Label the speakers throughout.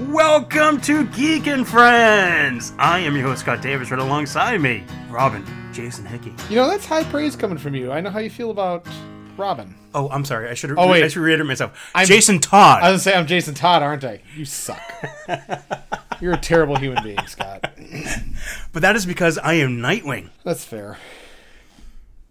Speaker 1: Welcome to Geek and Friends. I am your host Scott Davis. Right alongside me, Robin Jason Hickey.
Speaker 2: You know, that's high praise coming from you. I know how you feel about Robin.
Speaker 1: Oh, I'm sorry. I should.
Speaker 2: Oh, wait.
Speaker 1: I should reiterate myself.
Speaker 2: I'm-
Speaker 1: Jason Todd.
Speaker 2: I was gonna say I'm Jason Todd, aren't I? You suck. You're a terrible human being, Scott.
Speaker 1: but that is because I am Nightwing.
Speaker 2: That's fair.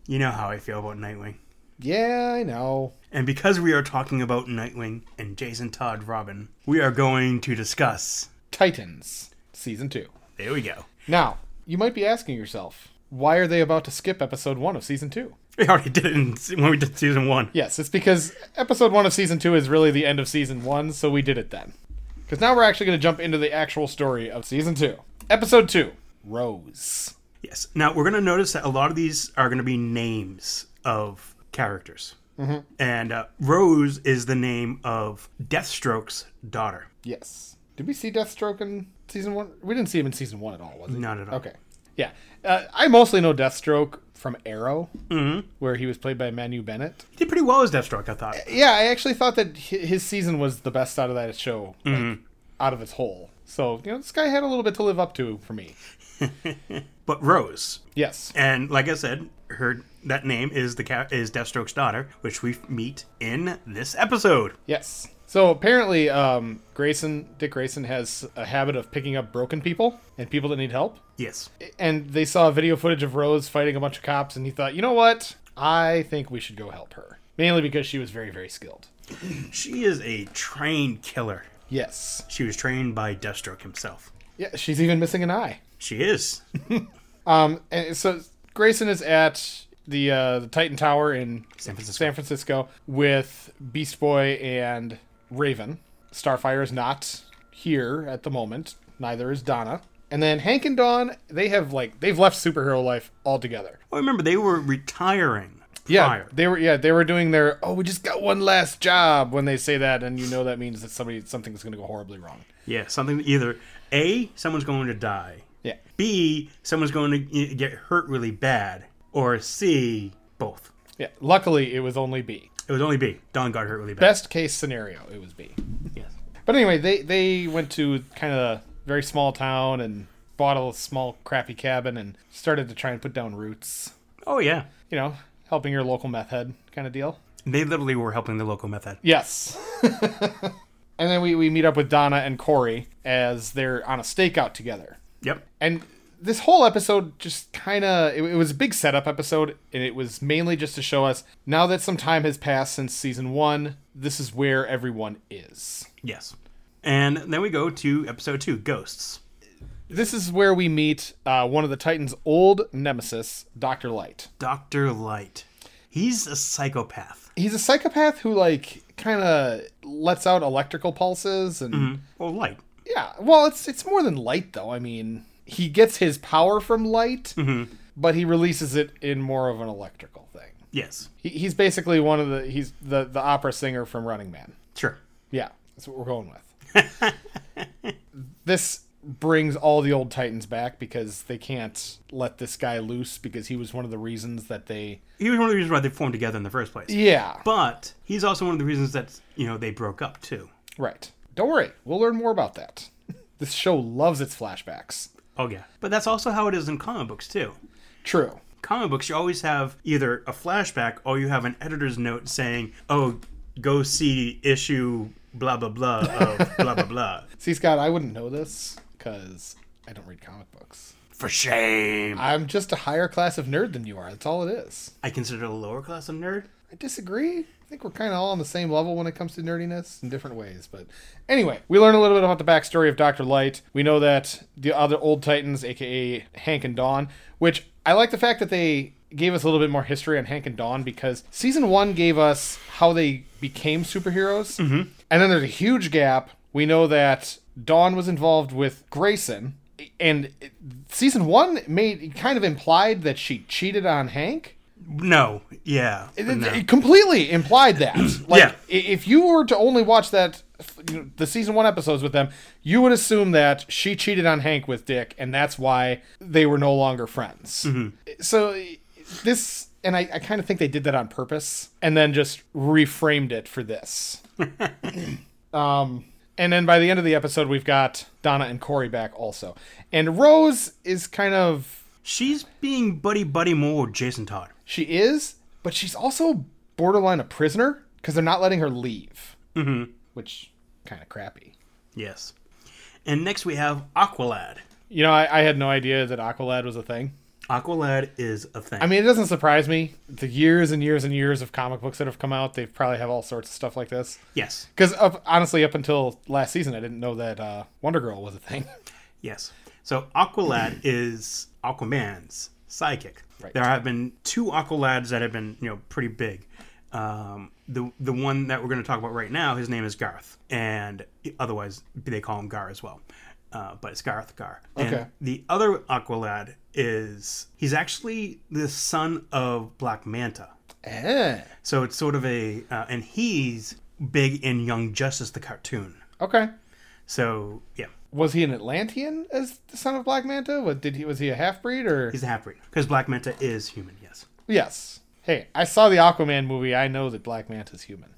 Speaker 1: You know how I feel about Nightwing.
Speaker 2: Yeah, I know.
Speaker 1: And because we are talking about Nightwing and Jason Todd Robin, we are going to discuss.
Speaker 2: Titans season two.
Speaker 1: There we go.
Speaker 2: Now, you might be asking yourself, why are they about to skip episode one of season two?
Speaker 1: We already did it in, when we did season one.
Speaker 2: Yes, it's because episode one of season two is really the end of season one, so we did it then. Because now we're actually going to jump into the actual story of season two. Episode two Rose.
Speaker 1: Yes. Now we're going to notice that a lot of these are going to be names of characters,
Speaker 2: Mm-hmm.
Speaker 1: and uh, Rose is the name of Deathstroke's daughter.
Speaker 2: Yes. Did we see Deathstroke in season one? We didn't see him in season one at all, was he?
Speaker 1: Not at all.
Speaker 2: Okay. Yeah. Uh, I mostly know Deathstroke from Arrow, where he was played by Manu Bennett.
Speaker 1: He did pretty well as Deathstroke, I thought.
Speaker 2: Yeah, I actually thought that hi- his season was the best out of that show, like, out of its whole. So, you know, this guy had a little bit to live up to for me.
Speaker 1: But Rose,
Speaker 2: Yes.
Speaker 1: and like I said, her that name is the ca- is Deathstroke's daughter, which we meet in this episode.
Speaker 2: Yes. So apparently, um, Grayson, Dick Grayson, has a habit of picking up broken people and people that need help.
Speaker 1: Yes.
Speaker 2: And they saw video footage of Rose fighting a bunch of cops, and he thought, you know what? I think we should go help her. Mainly because she was very, very skilled.
Speaker 1: She is a trained killer.
Speaker 2: Yes.
Speaker 1: She was trained by Deathstroke himself.
Speaker 2: Yeah, she's even missing an eye.
Speaker 1: She is.
Speaker 2: Um, and so Grayson is at the uh, the Titan Tower in San
Speaker 1: Francisco.
Speaker 2: Francisco with Beast Boy and Raven. Starfire is not here at the moment. Neither is Donna. And then Hank and Dawn, they have like they've left superhero life altogether.
Speaker 1: Well, remember they were retiring.
Speaker 2: Yeah,
Speaker 1: prior.
Speaker 2: they were yeah they were doing their oh we just got one last job when they say that and you know that means that somebody something's going to go horribly wrong.
Speaker 1: Yeah, something either A, someone's going to die.
Speaker 2: Yeah,
Speaker 1: B, someone's going to y- get hurt really bad. Or C, both.
Speaker 2: yeah. Luckily, it was only B.
Speaker 1: It was only B. Don got hurt really bad.
Speaker 2: Best case scenario, it was B.
Speaker 1: Yes.
Speaker 2: But anyway, they they went to kind of a very small town and bought a small crappy cabin and started to try and put down roots.
Speaker 1: Oh, yeah.
Speaker 2: You know, helping your local meth head kind of deal.
Speaker 1: They literally were helping the local meth head.
Speaker 2: Yes. and then we, we meet up with Donna and Corey as they're on a stakeout together.
Speaker 1: Yep.
Speaker 2: And this whole episode just kind of it, it was a big setup episode and it was mainly just to show us now that some time has passed since season 1, this is where everyone is.
Speaker 1: Yes. And then we go to episode two Ghosts.
Speaker 2: This is where we meet uh, one of the Titans' old nemesis, Dr. Light.
Speaker 1: Dr. Light. He's a psychopath.
Speaker 2: He's a psychopath who, like, kind of lets out electrical pulses. And
Speaker 1: Well, Light.
Speaker 2: yeah, well, it's, it's more than light, though. I mean, he gets his power from light, but he releases it in more of an electrical thing.
Speaker 1: Yes.
Speaker 2: He, he's basically one of the, he's the, the opera singer from Running Man.
Speaker 1: Sure.
Speaker 2: Yeah, that's what we're going with. this brings all the old Titans back because they can't let this guy loose because he was one of the reasons that they.
Speaker 1: He was one of the reasons why they formed together in the first place.
Speaker 2: Yeah,
Speaker 1: But he's also one of the reasons that, you know, they broke up, too.
Speaker 2: right. Don't worry, we'll learn more about that. This show loves its flashbacks.
Speaker 1: Oh, yeah. But that's also how it is in comic books, too.
Speaker 2: True.
Speaker 1: comic books, you always have either a flashback or you have an editor's note saying, "Oh, go see issue blah blah blah of blah blah blah."
Speaker 2: See, Scott, I wouldn't know this because I don't read comic books.
Speaker 1: For shame! I,
Speaker 2: I'm just a higher class of nerd than you are. That's all it is.
Speaker 1: consider it a lower class of nerd.
Speaker 2: I disagree. I think we're kind of all on the same level when it comes to nerdiness in different ways. But anyway, we learn a little bit about the backstory of Dr. Light. We know that the other old Titans, aka Hank and Dawn, which I like the fact that they gave us a little bit more history on Hank and Dawn because season one gave us how they became superheroes. Mm-hmm. And then there's a huge gap. We know that Dawn was involved with Grayson. And season one made kind of implied that she cheated on Hank.
Speaker 1: No, yeah,
Speaker 2: It-
Speaker 1: no.
Speaker 2: It completely implied that. like,
Speaker 1: Yeah.
Speaker 2: i- if you were to only watch that, you know, the season one episodes with them, you would assume that she cheated on Hank with Dick, and that's why they were no longer friends. So i- this, and I, I kind of think they did that on purpose, and then just reframed it for this. um, And then by the end of the episode, we've got Donna and Corey back also. And Rose is kind of.
Speaker 1: She's being buddy buddy more with Jason Todd.
Speaker 2: She is, but she's also borderline a prisoner because they're not letting her leave. Mm-hmm. Which kind of crappy.
Speaker 1: Yes. And next we have Aqualad.
Speaker 2: You know, I, I had no idea that Aqualad was a thing.
Speaker 1: Aqualad is a thing.
Speaker 2: I mean, it doesn't surprise me. The years and years and years of comic books that have come out, they probably have all sorts of stuff like this.
Speaker 1: yes.
Speaker 2: Because honestly, up until last season, I didn't know that uh, Wonder Girl was a thing.
Speaker 1: Yes. So Aqualad is Aquaman's sidekick.
Speaker 2: Right.
Speaker 1: There have been two Aqualads that have been, you know, pretty big. Um, the the one that we're going to talk about right now, his name is Garth, and otherwise they call him Gar as well, uh, but it's Garth Gar. And
Speaker 2: Okay.
Speaker 1: The other Aqualad is he's actually the son of Black Manta,
Speaker 2: Eh.
Speaker 1: so it's sort of a uh, and he's big in Young Justice the cartoon.
Speaker 2: Okay.
Speaker 1: So yeah,
Speaker 2: Was he an Atlantean as the son of Black Manta? What did he? Was he a half breed or?
Speaker 1: he's a half breed because Black Manta is human. Yes.
Speaker 2: Yes. Hey, I saw the Aquaman movie. I know that Black Manta's human.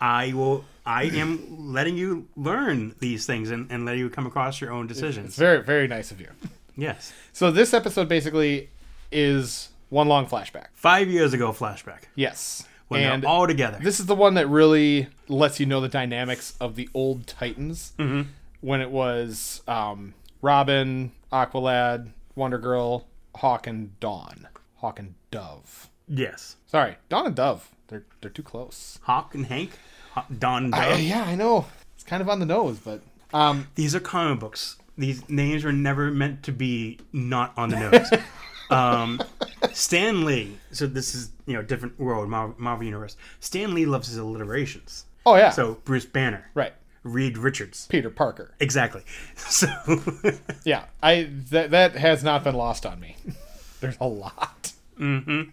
Speaker 1: I will. I am letting you learn these things and, and letting you come across your own
Speaker 2: It's
Speaker 1: decisions.
Speaker 2: very, very nice of you.
Speaker 1: Yes.
Speaker 2: So this episode basically is one long flashback.
Speaker 1: Five years ago, flashback
Speaker 2: Yes.
Speaker 1: when
Speaker 2: and
Speaker 1: they're all together.
Speaker 2: this is the one that really lets you know the dynamics of the old Titans
Speaker 1: Mm-hmm.
Speaker 2: when it was um, Robin, Aqualad, Wonder Girl, Hawk and Dawn, Hawk and Dove.
Speaker 1: yes.
Speaker 2: Sorry, Dawn and Dove. They're they're too close.
Speaker 1: Hawk and Hank, Haw- Don. and
Speaker 2: Uh,
Speaker 1: Dove.
Speaker 2: yeah, I know. It's kind of on the nose, but um,
Speaker 1: These are comic books. These names were never meant to be not on the nose. um, Stan Lee. So this is you know different world, Marvel, Marvel universe. Stan Lee loves his alliterations.
Speaker 2: oh yeah,
Speaker 1: So Bruce Banner,
Speaker 2: right,
Speaker 1: Reed Richards.
Speaker 2: Peter Parker.
Speaker 1: Exactly. So
Speaker 2: Yeah, I that that has not been lost on me. There's a lot. Mm-hmm.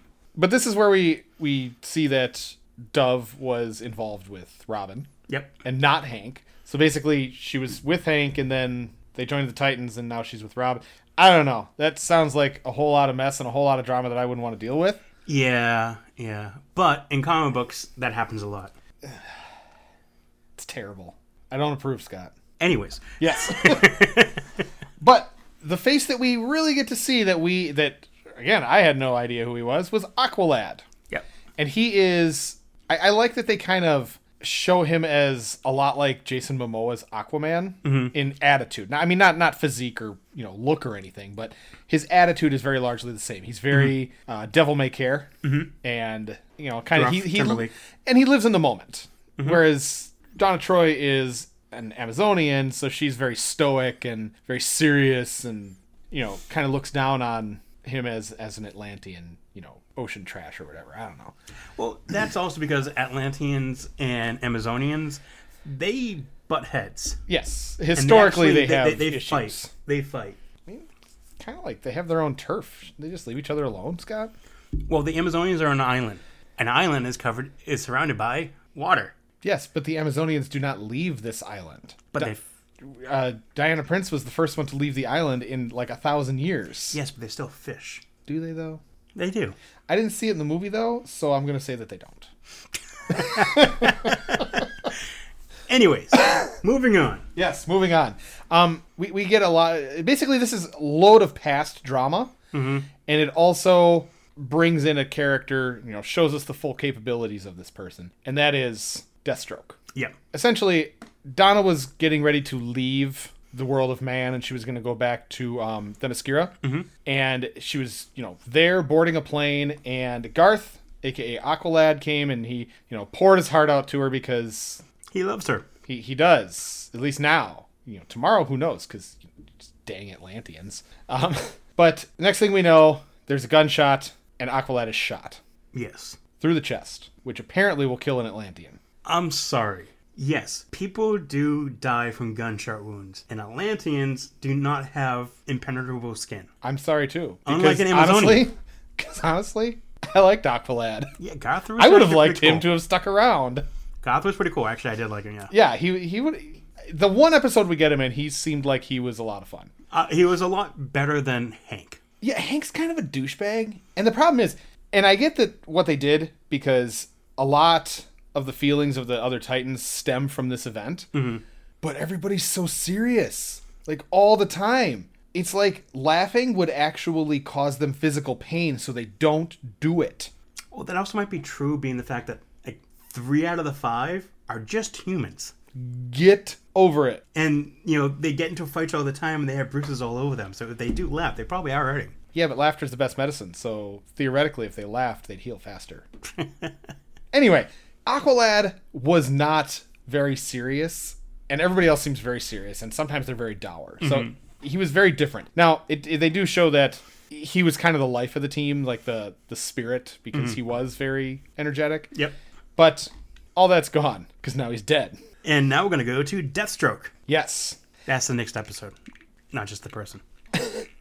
Speaker 2: but this is where we we see that Dove was involved with Robin
Speaker 1: yep.
Speaker 2: and not Hank. So basically, she was with Hank, and then they joined the Titans, and now she's with Robin. I don't know. That sounds like a whole lot of mess and a whole lot of drama that I wouldn't want to deal with.
Speaker 1: Yeah, yeah. But in comic books, that happens a lot.
Speaker 2: It's terrible. I don't approve, Scott.
Speaker 1: Anyways,
Speaker 2: Yes. but the face that we really get to see that we that again I had no idea who he was was Aqualad,
Speaker 1: yep.
Speaker 2: and he is. I, I like that they kind of show him as a lot like Jason Momoa's Aquaman
Speaker 1: Mm-hmm.
Speaker 2: in attitude. Now, I mean, not not physique or you know look or anything, but his attitude is very largely the same. He's very uh, devil may care, and you know, kind of
Speaker 1: Mm-hmm. Gruff
Speaker 2: he, he
Speaker 1: Timberlake.
Speaker 2: and he lives in the moment.
Speaker 1: Mm-hmm.
Speaker 2: Whereas Donna Troy is an Amazonian, so she's very stoic and very serious, and you know, kind of looks down on him as as an Atlantean, you know, ocean trash or whatever. I don't know.
Speaker 1: Well, that's also because Atlanteans and Amazonians, they butt heads.
Speaker 2: Yes,
Speaker 1: And
Speaker 2: historically
Speaker 1: actually-
Speaker 2: they, have
Speaker 1: they,
Speaker 2: issues.
Speaker 1: fight. They fight.
Speaker 2: Kind of like they have their own turf. They just leave each other alone, Scott.
Speaker 1: Well, the Amazonians are on an island. An island is covered is surrounded by water,
Speaker 2: Yes, but the Amazonians do not leave this island.
Speaker 1: but
Speaker 2: Di-
Speaker 1: they
Speaker 2: uh, Diana Prince was the first one to leave the island in like a thousand years.
Speaker 1: yes, but they still fish.
Speaker 2: Do they though?
Speaker 1: They do.
Speaker 2: I didn't see it in the movie though, so I'm gonna say that they don't.
Speaker 1: Anyways, moving on.
Speaker 2: Yes, moving on. Um, we, we get a lot. Basically, this is load of past drama, and it also brings in a character. You know, shows us the full capabilities of this person, and that is Deathstroke.
Speaker 1: Yep.
Speaker 2: Essentially, Donna was getting ready to leave the world of man, and she was going to go back to um, Themyscira, and she was you know there boarding a plane, and Garth, aka Aqualad, came and he you know poured his heart out to her because
Speaker 1: He loves her.
Speaker 2: he he does at least now. You know, tomorrow who knows? Because dang Atlanteans. Um, but next thing we know, there's a gunshot and Aqualad is shot
Speaker 1: Yes.
Speaker 2: through the chest, which apparently will kill an Atlantean.
Speaker 1: I'm sorry. Yes, people do die from gunshot wounds, and Atlanteans do not have impenetrable skin.
Speaker 2: I'm sorry too.
Speaker 1: Unlike an
Speaker 2: honestly,
Speaker 1: Amazonian.
Speaker 2: because honestly, I liked Aqualad.
Speaker 1: Yeah, Goth was
Speaker 2: I would have
Speaker 1: actually
Speaker 2: liked
Speaker 1: pretty
Speaker 2: him to have stuck around.
Speaker 1: cool. Goth was pretty cool. Actually, I did like him. Yeah,
Speaker 2: Yeah, he he would. The one episode we get him in, he seemed like he was a lot of fun.
Speaker 1: uh, he was a lot better than Hank.
Speaker 2: Yeah, Hank's kind of a douchebag. And the problem is, and I get that what they did because a lot of the feelings of the other Titans stem from this event. But everybody's so serious, like all the time. It's like laughing would actually cause them physical pain, so they don't do it.
Speaker 1: Well, that also might be true, being the fact that like three out of the five are just humans,
Speaker 2: Get over it.
Speaker 1: and you know they get into fights all the time, and they have bruises all over them. So if they do laugh, they probably are hurting.
Speaker 2: Yeah, but laughter's the best medicine, so theoretically, if they laughed, they'd heal faster. anyway, Aqualad was not very serious, and everybody else seems very serious, and sometimes they're very dour. So he was very different. Now, it, it- they do show that he was kind of the life of the team, like the, the spirit, because he was very energetic.
Speaker 1: Yep.
Speaker 2: But all that's gone, because now he's dead.
Speaker 1: And now we're gonna go to Deathstroke.
Speaker 2: Yes.
Speaker 1: That's the next episode, not just the person.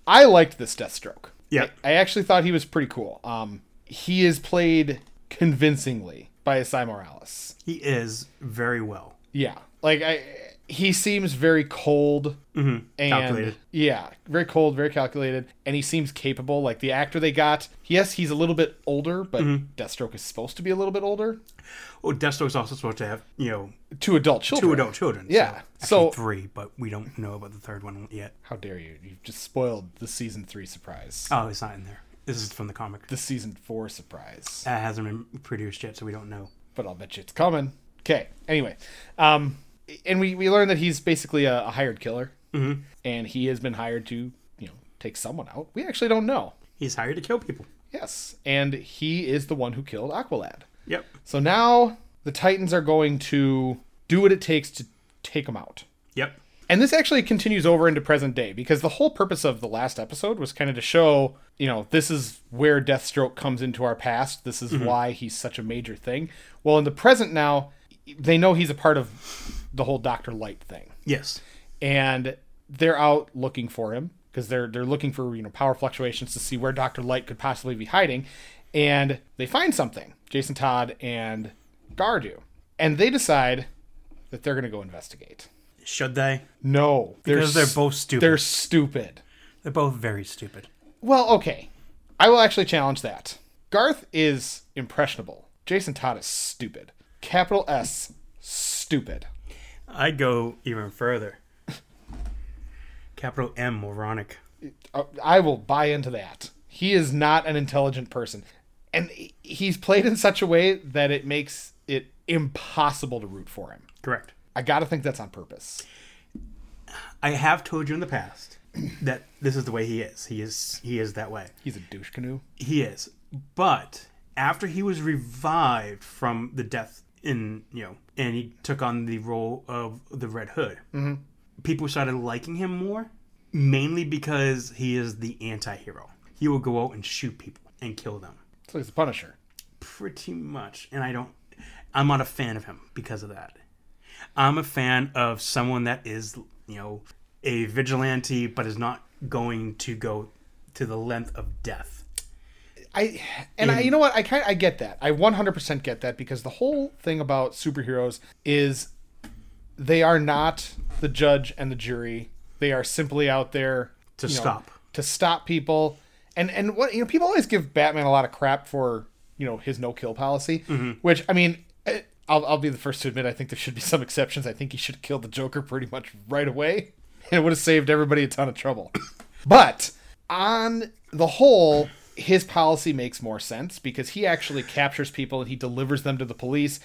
Speaker 2: I liked this Deathstroke.
Speaker 1: Yeah.
Speaker 2: I actually thought he was pretty cool. Um, he is played convincingly by Asai Morales.
Speaker 1: He is very well.
Speaker 2: Yeah, like I, he seems very cold and
Speaker 1: Mm-hmm. Calculated.
Speaker 2: yeah, very cold, very calculated, and he seems capable. Like the actor they got, yes, he's a little bit older, but
Speaker 1: Mm-hmm.
Speaker 2: Deathstroke is supposed to be a little bit older
Speaker 1: Oh, Deathstroke's also supposed to have you know
Speaker 2: to adult children.
Speaker 1: two adult children. so-
Speaker 2: Yeah.
Speaker 1: Actually,
Speaker 2: So,
Speaker 1: three, but we don't know about the third one yet.
Speaker 2: how dare you? You've just spoiled the season three surprise,
Speaker 1: Oh, it's not in there. This is from the comic.
Speaker 2: the season four surprise.
Speaker 1: That hasn't been produced yet, so we don't know.
Speaker 2: but I'll bet you it's coming. Okay. Anyway, um, and we we learn that he's basically a, a hired killer, mm-hmm. and he has been hired to you know take someone out. We actually don't know.
Speaker 1: He's hired to kill people.
Speaker 2: Yes, and he is the one who killed Aqualad.
Speaker 1: Yep.
Speaker 2: So now the Titans are going to do what it takes to take him out.
Speaker 1: Yep.
Speaker 2: And this actually continues over into present day because the whole purpose of the last episode was kind of to show, you know, this is where Deathstroke comes into our past. This
Speaker 1: Mm-hmm.
Speaker 2: is why he's such a major thing. Well, in the present now, they know he's a part of the whole Dr. Light thing.
Speaker 1: Yes.
Speaker 2: And they're out looking for him because they're they're looking for, you know, power fluctuations to see where Dr. Light could possibly be hiding. And they find something. Jason Todd and Gar do. And they decide that they're going to go investigate.
Speaker 1: Should they?
Speaker 2: No, they're
Speaker 1: Because they're
Speaker 2: s-
Speaker 1: both stupid.
Speaker 2: They're
Speaker 1: They're,
Speaker 2: stupid.
Speaker 1: both very stupid.
Speaker 2: Well, okay, I will actually challenge that. Garth is impressionable. Jason Todd is stupid. Capital S, stupid.
Speaker 1: I'd go even further. Capital M, moronic.
Speaker 2: Uh, I will buy into that. He is not an intelligent person, and he- he's played in such a way that it makes it impossible to root for him.
Speaker 1: Correct.
Speaker 2: I gotta think that's on purpose.
Speaker 1: I have told you in the past that this is the way he is. He is he is that way.
Speaker 2: He's a douche canoe.
Speaker 1: He is. But after he was revived from the death in, you know, and he took on the role of the Red Hood, people started liking him more, mainly because he is the anti hero. He will go out and shoot people and kill them,
Speaker 2: So he's a Punisher.
Speaker 1: pretty much. And I don't, I'm not a fan of him because of that. I'm a fan of someone that is, you know, a vigilante, but is not going to go to the length of death.
Speaker 2: I and I,
Speaker 1: Mm-hmm.
Speaker 2: you know what I kind I get that I 100% get that because the whole thing about superheroes is they are not the judge and the jury they are simply out there
Speaker 1: To
Speaker 2: you know,
Speaker 1: stop.
Speaker 2: to stop people and and what you know people always give Batman a lot of crap for you know his no kill policy
Speaker 1: Mm-hmm.
Speaker 2: which I mean eh, I'll, I'll be the first to admit I think there should be some exceptions I think he should have killed the Joker pretty much right away and it would have saved everybody a ton of trouble but on the whole, his policy makes more sense because he actually captures people and he delivers them to the police.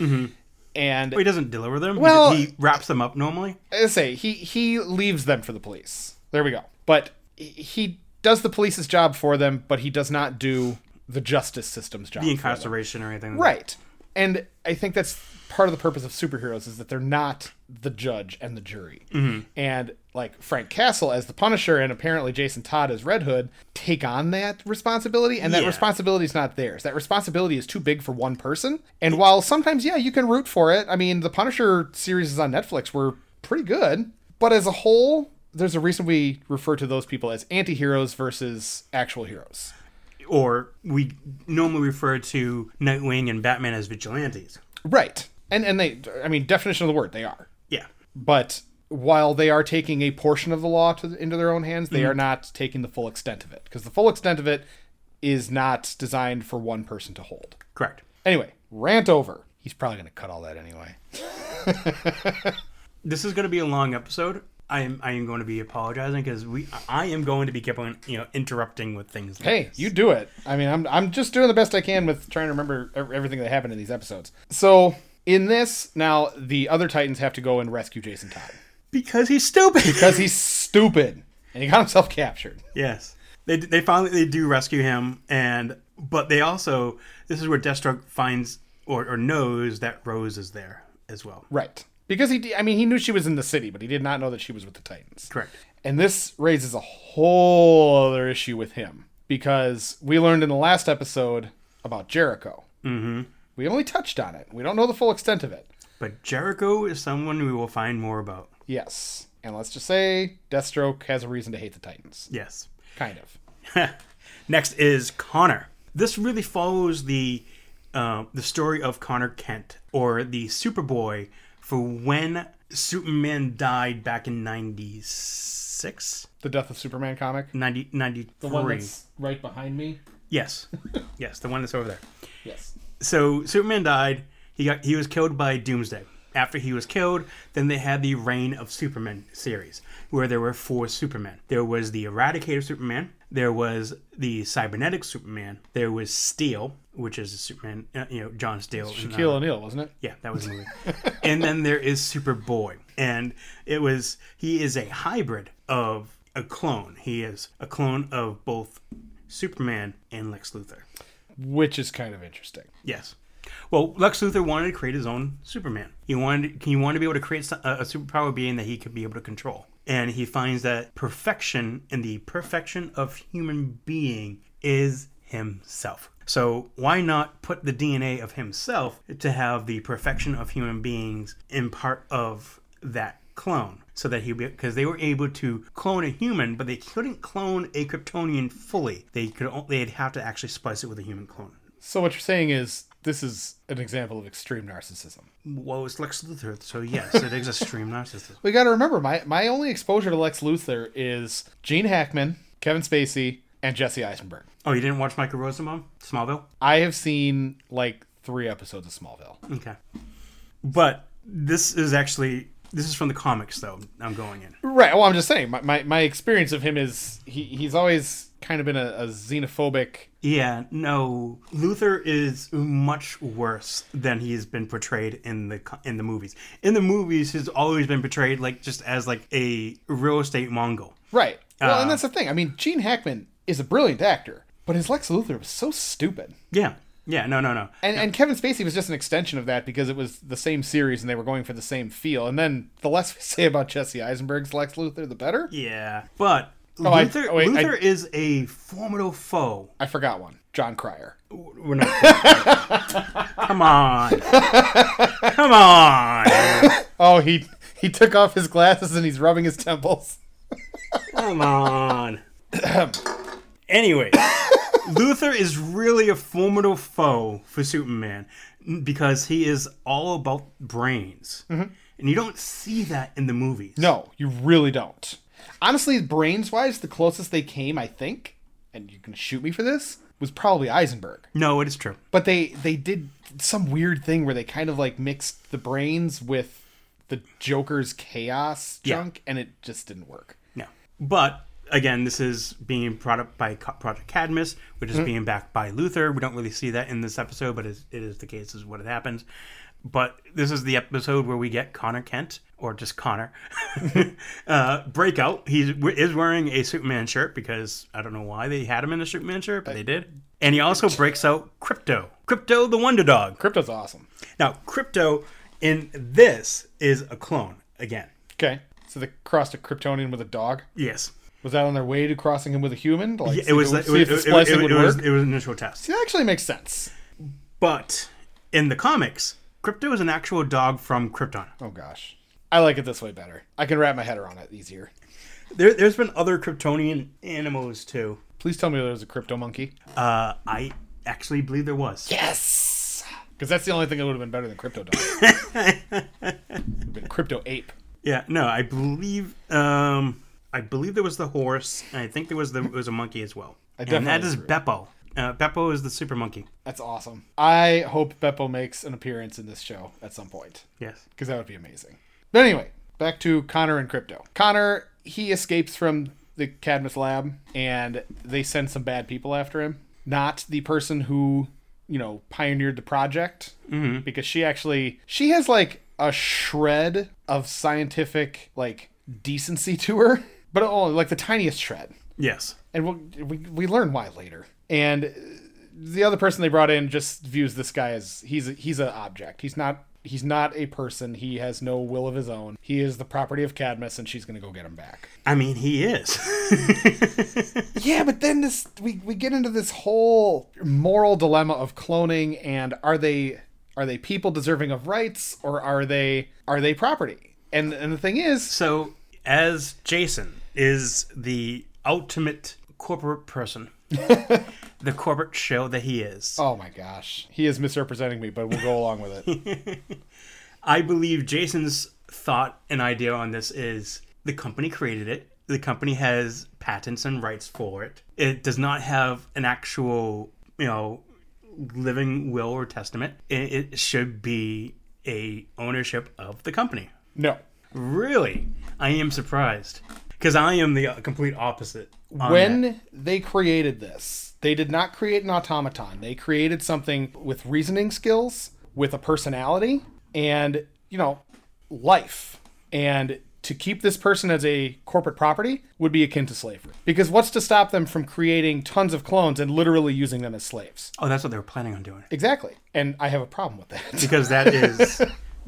Speaker 2: And
Speaker 1: He doesn't deliver them. He-
Speaker 2: Well-
Speaker 1: he wraps them up normally.
Speaker 2: I say he he leaves them for the police. There we go. But he- he does the police's job for them, but he does not do the justice system's job.
Speaker 1: The
Speaker 2: for them.
Speaker 1: incarceration or anything.
Speaker 2: Right. And I think that's part of the purpose of superheroes is that they're not the judge and the jury. And like Frank Castle as the Punisher and apparently Jason Todd as Red Hood take on that responsibility and that
Speaker 1: Yeah.
Speaker 2: responsibility is not theirs. That responsibility is too big for one person. And while sometimes yeah, you can root for it. I mean, the Punisher series on Netflix were pretty good, but as a whole, there's a reason we refer to those people as anti-heroes versus actual heroes.
Speaker 1: Or we normally refer to Nightwing and Batman as vigilantes.
Speaker 2: Right. And and they I mean, definition of the word, they are.
Speaker 1: Yeah.
Speaker 2: but while they are taking a portion of the law to, into their own hands, they are not taking the full extent of it because the full extent of it is not designed for one person to hold.
Speaker 1: Correct.
Speaker 2: Anyway, rant over. He's probably going to cut all that anyway.
Speaker 1: This is going to be a long episode. I am I am going to be apologizing because we I am going to be kept on you know interrupting with things. Like
Speaker 2: Hey,
Speaker 1: this.
Speaker 2: you do it. I mean, I'm, I'm just doing the best I can with trying to remember ev- everything that happened in these episodes. So, in this, now the other Titans have to go and rescue Jason Todd
Speaker 1: because he's stupid.
Speaker 2: because he's stupid and he got himself captured.
Speaker 1: Yes, they they finally they do rescue him, and but they also this is where Deathstroke finds or, or knows that Rose is there as well.
Speaker 2: Right. Because he, d- I mean, he knew she was in the city, but he did not know that she was with the Titans.
Speaker 1: Correct.
Speaker 2: And this raises a whole other issue with him because we learned in the last episode about Jericho. Mm-hmm. We only touched on it. We don't know the full extent of it.
Speaker 1: But Jericho is someone we will find more about.
Speaker 2: Yes. And let's just say Deathstroke has a reason to hate the Titans.
Speaker 1: Yes.
Speaker 2: Kind of.
Speaker 1: Next is Connor. This really follows the uh, the story of Connor Kent or the Superboy for when Superman died back in 96
Speaker 2: The Death of Superman comic.
Speaker 1: 90, 93
Speaker 3: The one that's right behind me.
Speaker 1: yes yes the one that's over there
Speaker 3: Yes.
Speaker 1: so Superman died. He got he was killed by Doomsday. After he was killed, then they had the Reign of Superman series, where there were four Supermen. There was the Eradicator Superman. There was the Cybernetic Superman. There was Steel, which is Superman, uh, you know, John Steel. in, uh,
Speaker 2: Shaquille O'Neal, wasn't it?
Speaker 1: yeah, that was the movie. and then there is Superboy, and it was he is a hybrid of a clone. He is a clone of both Superman and Lex Luthor.
Speaker 2: Which is kind of interesting.
Speaker 1: Yes. Well, Lex Luthor wanted to create his own Superman. He wanted he wanted to be able to create so- a, a superpower being that he could be able to control. And he finds that perfection and the perfection of human being is himself. So why not put the DNA of himself to have the perfection of human beings in part of that clone? So that he because they were able to clone a human, but they couldn't clone a Kryptonian fully. They could o- they'd have to actually splice it with a human clone.
Speaker 2: So, what you're saying is this is an example of extreme narcissism.
Speaker 1: Well, it's Lex Luthor, so yes, it is extreme narcissism.
Speaker 2: We got to remember my my only exposure to Lex Luthor is Gene Hackman, Kevin Spacey, and Jesse Eisenberg.
Speaker 1: Oh, you didn't watch Michael Rosenbaum, Smallville?
Speaker 2: I have seen like three episodes of Smallville.
Speaker 1: Okay, but this is actually this is from the comics, though. I'm going in.
Speaker 2: Right. Well, I'm just saying my, my, my experience of him is he, he's always kind of been a, a xenophobic.
Speaker 1: Yeah, no, Luthor is much worse than he's been portrayed in the co- in the movies. In the movies, he's always been portrayed like just as like a real estate mongol.
Speaker 2: Right. Well, and that's the thing. I mean, Gene Hackman is a brilliant actor, but his Lex Luthor was so stupid.
Speaker 1: Yeah, yeah, no, no, no.
Speaker 2: And, and Kevin Spacey was just an extension of that because it was the same series and they were going for the same feel. And then the less we say about Jesse Eisenberg's Lex Luthor, the better.
Speaker 1: Yeah, but
Speaker 2: I-
Speaker 1: Luthor,
Speaker 2: oh, wait, I-
Speaker 1: Luthor is a formidable foe.
Speaker 2: I forgot one. John Cryer.
Speaker 1: We're not. Come on. Come on.
Speaker 2: Oh, he he took off his glasses and he's rubbing his temples.
Speaker 1: Come on. anyway, Luther is really a formidable foe for Superman because he is all about brains. And you don't see that in the movies.
Speaker 2: No, you really don't. Honestly, brains wise, the closest they came, I think, and you can shoot me for this, was probably Eisenberg.
Speaker 1: No, it is true.
Speaker 2: But they they did some weird thing where they kind of like mixed the brains with the Joker's chaos junk, and it just didn't work.
Speaker 1: No. But again, this is being brought up by Co- Project Cadmus, which is being backed by Luther. We don't really see that in this episode, but it is, it is the case, is what it happens. But this is the episode where we get Connor Kent, or just Connor, uh, breakout. He is wearing a Superman shirt because I don't know why they had him in a Superman shirt, but they did. And he also breaks out Crypto, Crypto the Wonder Dog.
Speaker 2: Crypto's awesome.
Speaker 1: Now, Crypto in this is a clone again.
Speaker 2: Okay, so they crossed a Kryptonian with a dog.
Speaker 1: Yes,
Speaker 2: Was that on their way to crossing him with a human? To, like, see
Speaker 1: it was.
Speaker 2: if
Speaker 1: It
Speaker 2: see if
Speaker 1: was.
Speaker 2: the
Speaker 1: It was.
Speaker 2: splicing would
Speaker 1: It was
Speaker 2: work?
Speaker 1: an initial test.
Speaker 2: It actually makes sense.
Speaker 1: But in the comics, Crypto is an actual dog from Krypton.
Speaker 2: Oh gosh. I like it this way better. I can wrap my head around it easier.
Speaker 1: There, there's been other Kryptonian animals too.
Speaker 2: Please tell me there was a crypto monkey.
Speaker 1: Uh, I actually believe there was.
Speaker 2: Yes. Because that's the only thing that would have been better than crypto dog. Would've been crypto ape.
Speaker 1: Yeah, no, I believe. Um, I believe there was the horse, and I think there was the it was a monkey as well. and that
Speaker 2: definitely
Speaker 1: is
Speaker 2: agree.
Speaker 1: Beppo. Uh, Beppo is the super monkey.
Speaker 2: That's awesome. I hope Beppo makes an appearance in this show at some point
Speaker 1: Yes.
Speaker 2: because that would be amazing. But anyway, back to Connor and Crypto. Connor, he escapes from the Cadmus lab and they send some bad people after him. Not the person who, you know, pioneered the project because she actually she has like a shred of scientific like decency to her, but only like the tiniest shred
Speaker 1: Yes.
Speaker 2: and we'll, we we learn why later. And uh, the other person they brought in just views this guy as he's a, he's an object. He's not he's not a person. He has no will of his own. He is the property of Cadmus, and she's gonna go get him back.
Speaker 1: I mean, he is.
Speaker 2: Yeah, but then this we we get into this whole moral dilemma of cloning and are they are they people deserving of rights or are they are they property? And and the thing is,
Speaker 1: so, as Jason is the ultimate corporate person, the corporate show that he is,
Speaker 2: oh my gosh, he is misrepresenting me, but we'll go along with it.
Speaker 1: I believe Jason's thought and idea on this is the company created it. The company has patents and rights for it. It does not have an actual, you know, living will or testament. It, it should be a ownership of the company.
Speaker 2: No,
Speaker 1: Really, I am surprised because I am the uh, complete opposite. on
Speaker 2: when
Speaker 1: that.
Speaker 2: they created this, they did not create an automaton. They created something with reasoning skills, with a personality, and, you know, life. And to keep this person as a corporate property would be akin to slavery. Because what's to stop them from creating tons of clones and literally using them as slaves?
Speaker 1: oh, that's what they were planning on doing
Speaker 2: Exactly. And I have a problem with that
Speaker 1: because that is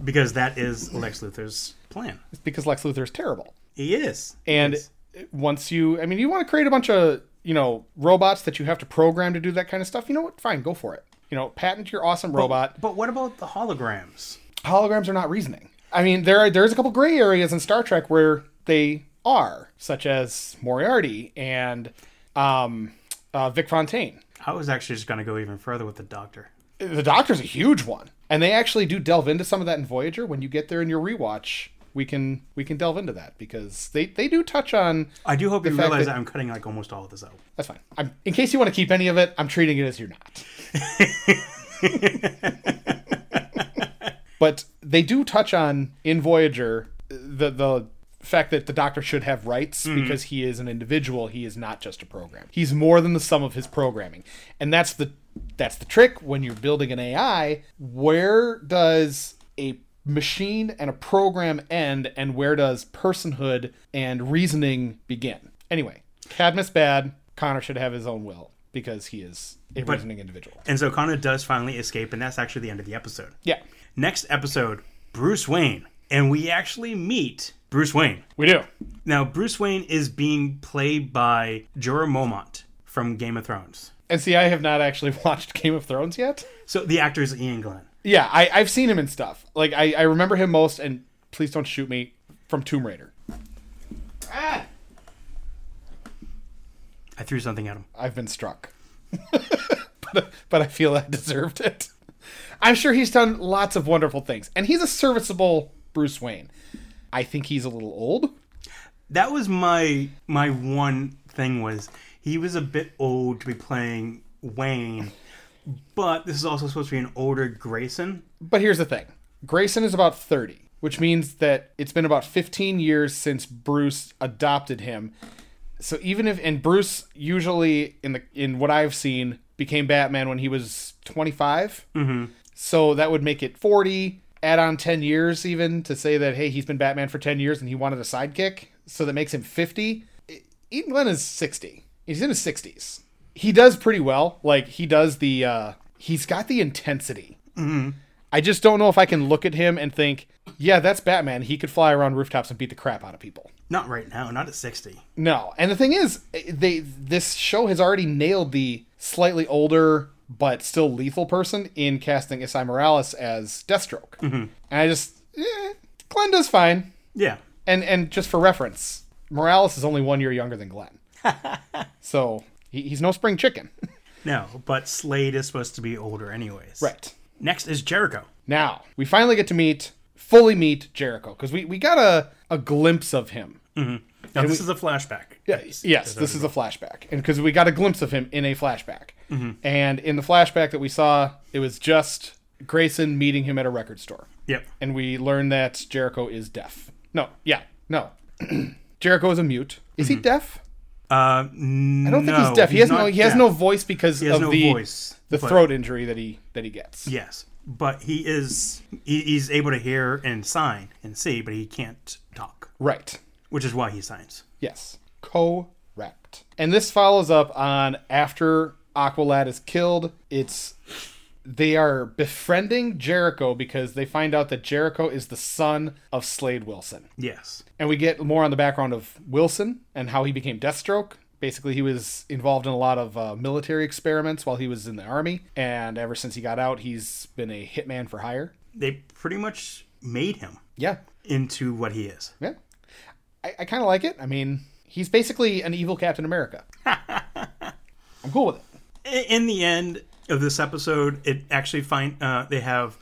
Speaker 1: because that is Lex Luthor's plan.
Speaker 2: because Lex Luthor is terrible.
Speaker 1: He is,
Speaker 2: And
Speaker 1: Yes.
Speaker 2: once you, I mean, you want to create a bunch of, you know, robots that you have to program to do that kind of stuff, you know what? Fine, go for it. You know, patent your awesome robot.
Speaker 1: but what about the holograms?
Speaker 2: Holograms are not reasoning. I mean, there are there's a couple gray areas in Star Trek where they are, such as Moriarty and um, uh, Vic Fontaine.
Speaker 1: I was actually just going to go even further with the Doctor.
Speaker 2: The Doctor's a huge one, and they actually do delve into some of that in Voyager. When you get there in your rewatch, we can we can delve into that because they they do touch on
Speaker 1: I do hope you
Speaker 2: fact
Speaker 1: realize
Speaker 2: that-
Speaker 1: that I'm cutting like almost all of this out.
Speaker 2: That's fine. I'm, in case you want to keep any of it, I'm treating it as you're not. but they do touch on in Voyager the the fact that the Doctor should have rights because he is an individual. He is not just a program. He's more than the sum of his programming, and that's the that's the trick when you're building an AI. Where does a machine and a program end, and where does personhood and reasoning begin? Anyway, Cadmus bad. Connor should have his own will because he is a reasoning individual.
Speaker 1: And so Connor does finally escape, and that's actually the end of the episode.
Speaker 2: Yeah,
Speaker 1: Next episode, Bruce Wayne, and we actually meet Bruce Wayne.
Speaker 2: we do.
Speaker 1: Now, Bruce Wayne is being played by Jorah Momont from Game of Thrones.
Speaker 2: And see, I have not actually watched Game of Thrones yet.
Speaker 1: So the actor is Ian Glenn.
Speaker 2: Yeah, I, I've seen him in stuff. Like I, I remember him most, and please don't shoot me from Tomb Raider.
Speaker 1: I threw something at him.
Speaker 2: I've been struck, but but I feel I deserved it. I'm sure he's done lots of wonderful things, and he's a serviceable Bruce Wayne. I think he's a little old.
Speaker 1: That was my my one thing was he was a bit old to be playing Wayne, but this is also supposed to be an older Grayson.
Speaker 2: But here's the thing Grayson is about 30, which means that it's been about 15 years since Bruce adopted him. So even if and Bruce usually in the in what I've seen became Batman when he was 25. Mm-hmm. So that would make it 40, add on 10 years even to say that hey, he's been Batman for 10 years and he wanted a sidekick, so that makes him 50. E- Ian Glenn is 60. He's in his 60s. He does pretty well. Like he does the uh he's got the intensity. I just don't know if I can look at him and think, yeah, that's Batman. He could fly around rooftops and beat the crap out of people.
Speaker 1: Not right now, not at sixty.
Speaker 2: No. And the thing is, they this show has already nailed the slightly older but still lethal person in casting Isai Morales as Deathstroke. And I just, eh, Glenn does fine.
Speaker 1: Yeah.
Speaker 2: And and just for reference, Morales is only one year younger than Glenn, so he, he's no spring chicken.
Speaker 1: No, but Slade is supposed to be older anyways.
Speaker 2: right.
Speaker 1: Next is Jericho.
Speaker 2: Now we finally get to meet, fully meet Jericho because we, we got a, a glimpse of him
Speaker 1: Now, this is a flashback.
Speaker 2: Yeah, yes, this is a flashback, and because we got a glimpse of him in a flashback,
Speaker 1: Mm-hmm.
Speaker 2: and in the flashback that we saw, it was just Grayson meeting him at a record store,
Speaker 1: Yep.
Speaker 2: and we learned that Jericho is deaf. No, yeah, no, Jericho is a mute. Is he deaf?
Speaker 1: Uh,
Speaker 2: I don't think he's deaf. He has no.
Speaker 1: Mm-hmm. not
Speaker 2: He has
Speaker 1: deaf.
Speaker 2: no voice because
Speaker 1: has
Speaker 2: of
Speaker 1: no
Speaker 2: the
Speaker 1: voice,
Speaker 2: the
Speaker 1: but-
Speaker 2: throat injury that he that he gets.
Speaker 1: Yes, but he is. He, he's able to hear and sign and see, but he can't talk,
Speaker 2: Right.
Speaker 1: which is why he signs.
Speaker 2: Yes. Correct. And this follows up on after Aqualad is killed, it's they are befriending Jericho because they find out that Jericho is the son of Slade Wilson.
Speaker 1: Yes.
Speaker 2: And we get more on the background of Wilson and how he became Deathstroke. Basically, he was involved in a lot of uh, military experiments while he was in the army, and ever since he got out, he's been a hitman for hire.
Speaker 1: They pretty much made him
Speaker 2: Yeah,
Speaker 1: into what he is.
Speaker 2: Yeah. I, I kind of like it. I mean, he's basically an evil Captain America. I'm cool with it.
Speaker 1: I- In the end of this episode, it actually find uh, they have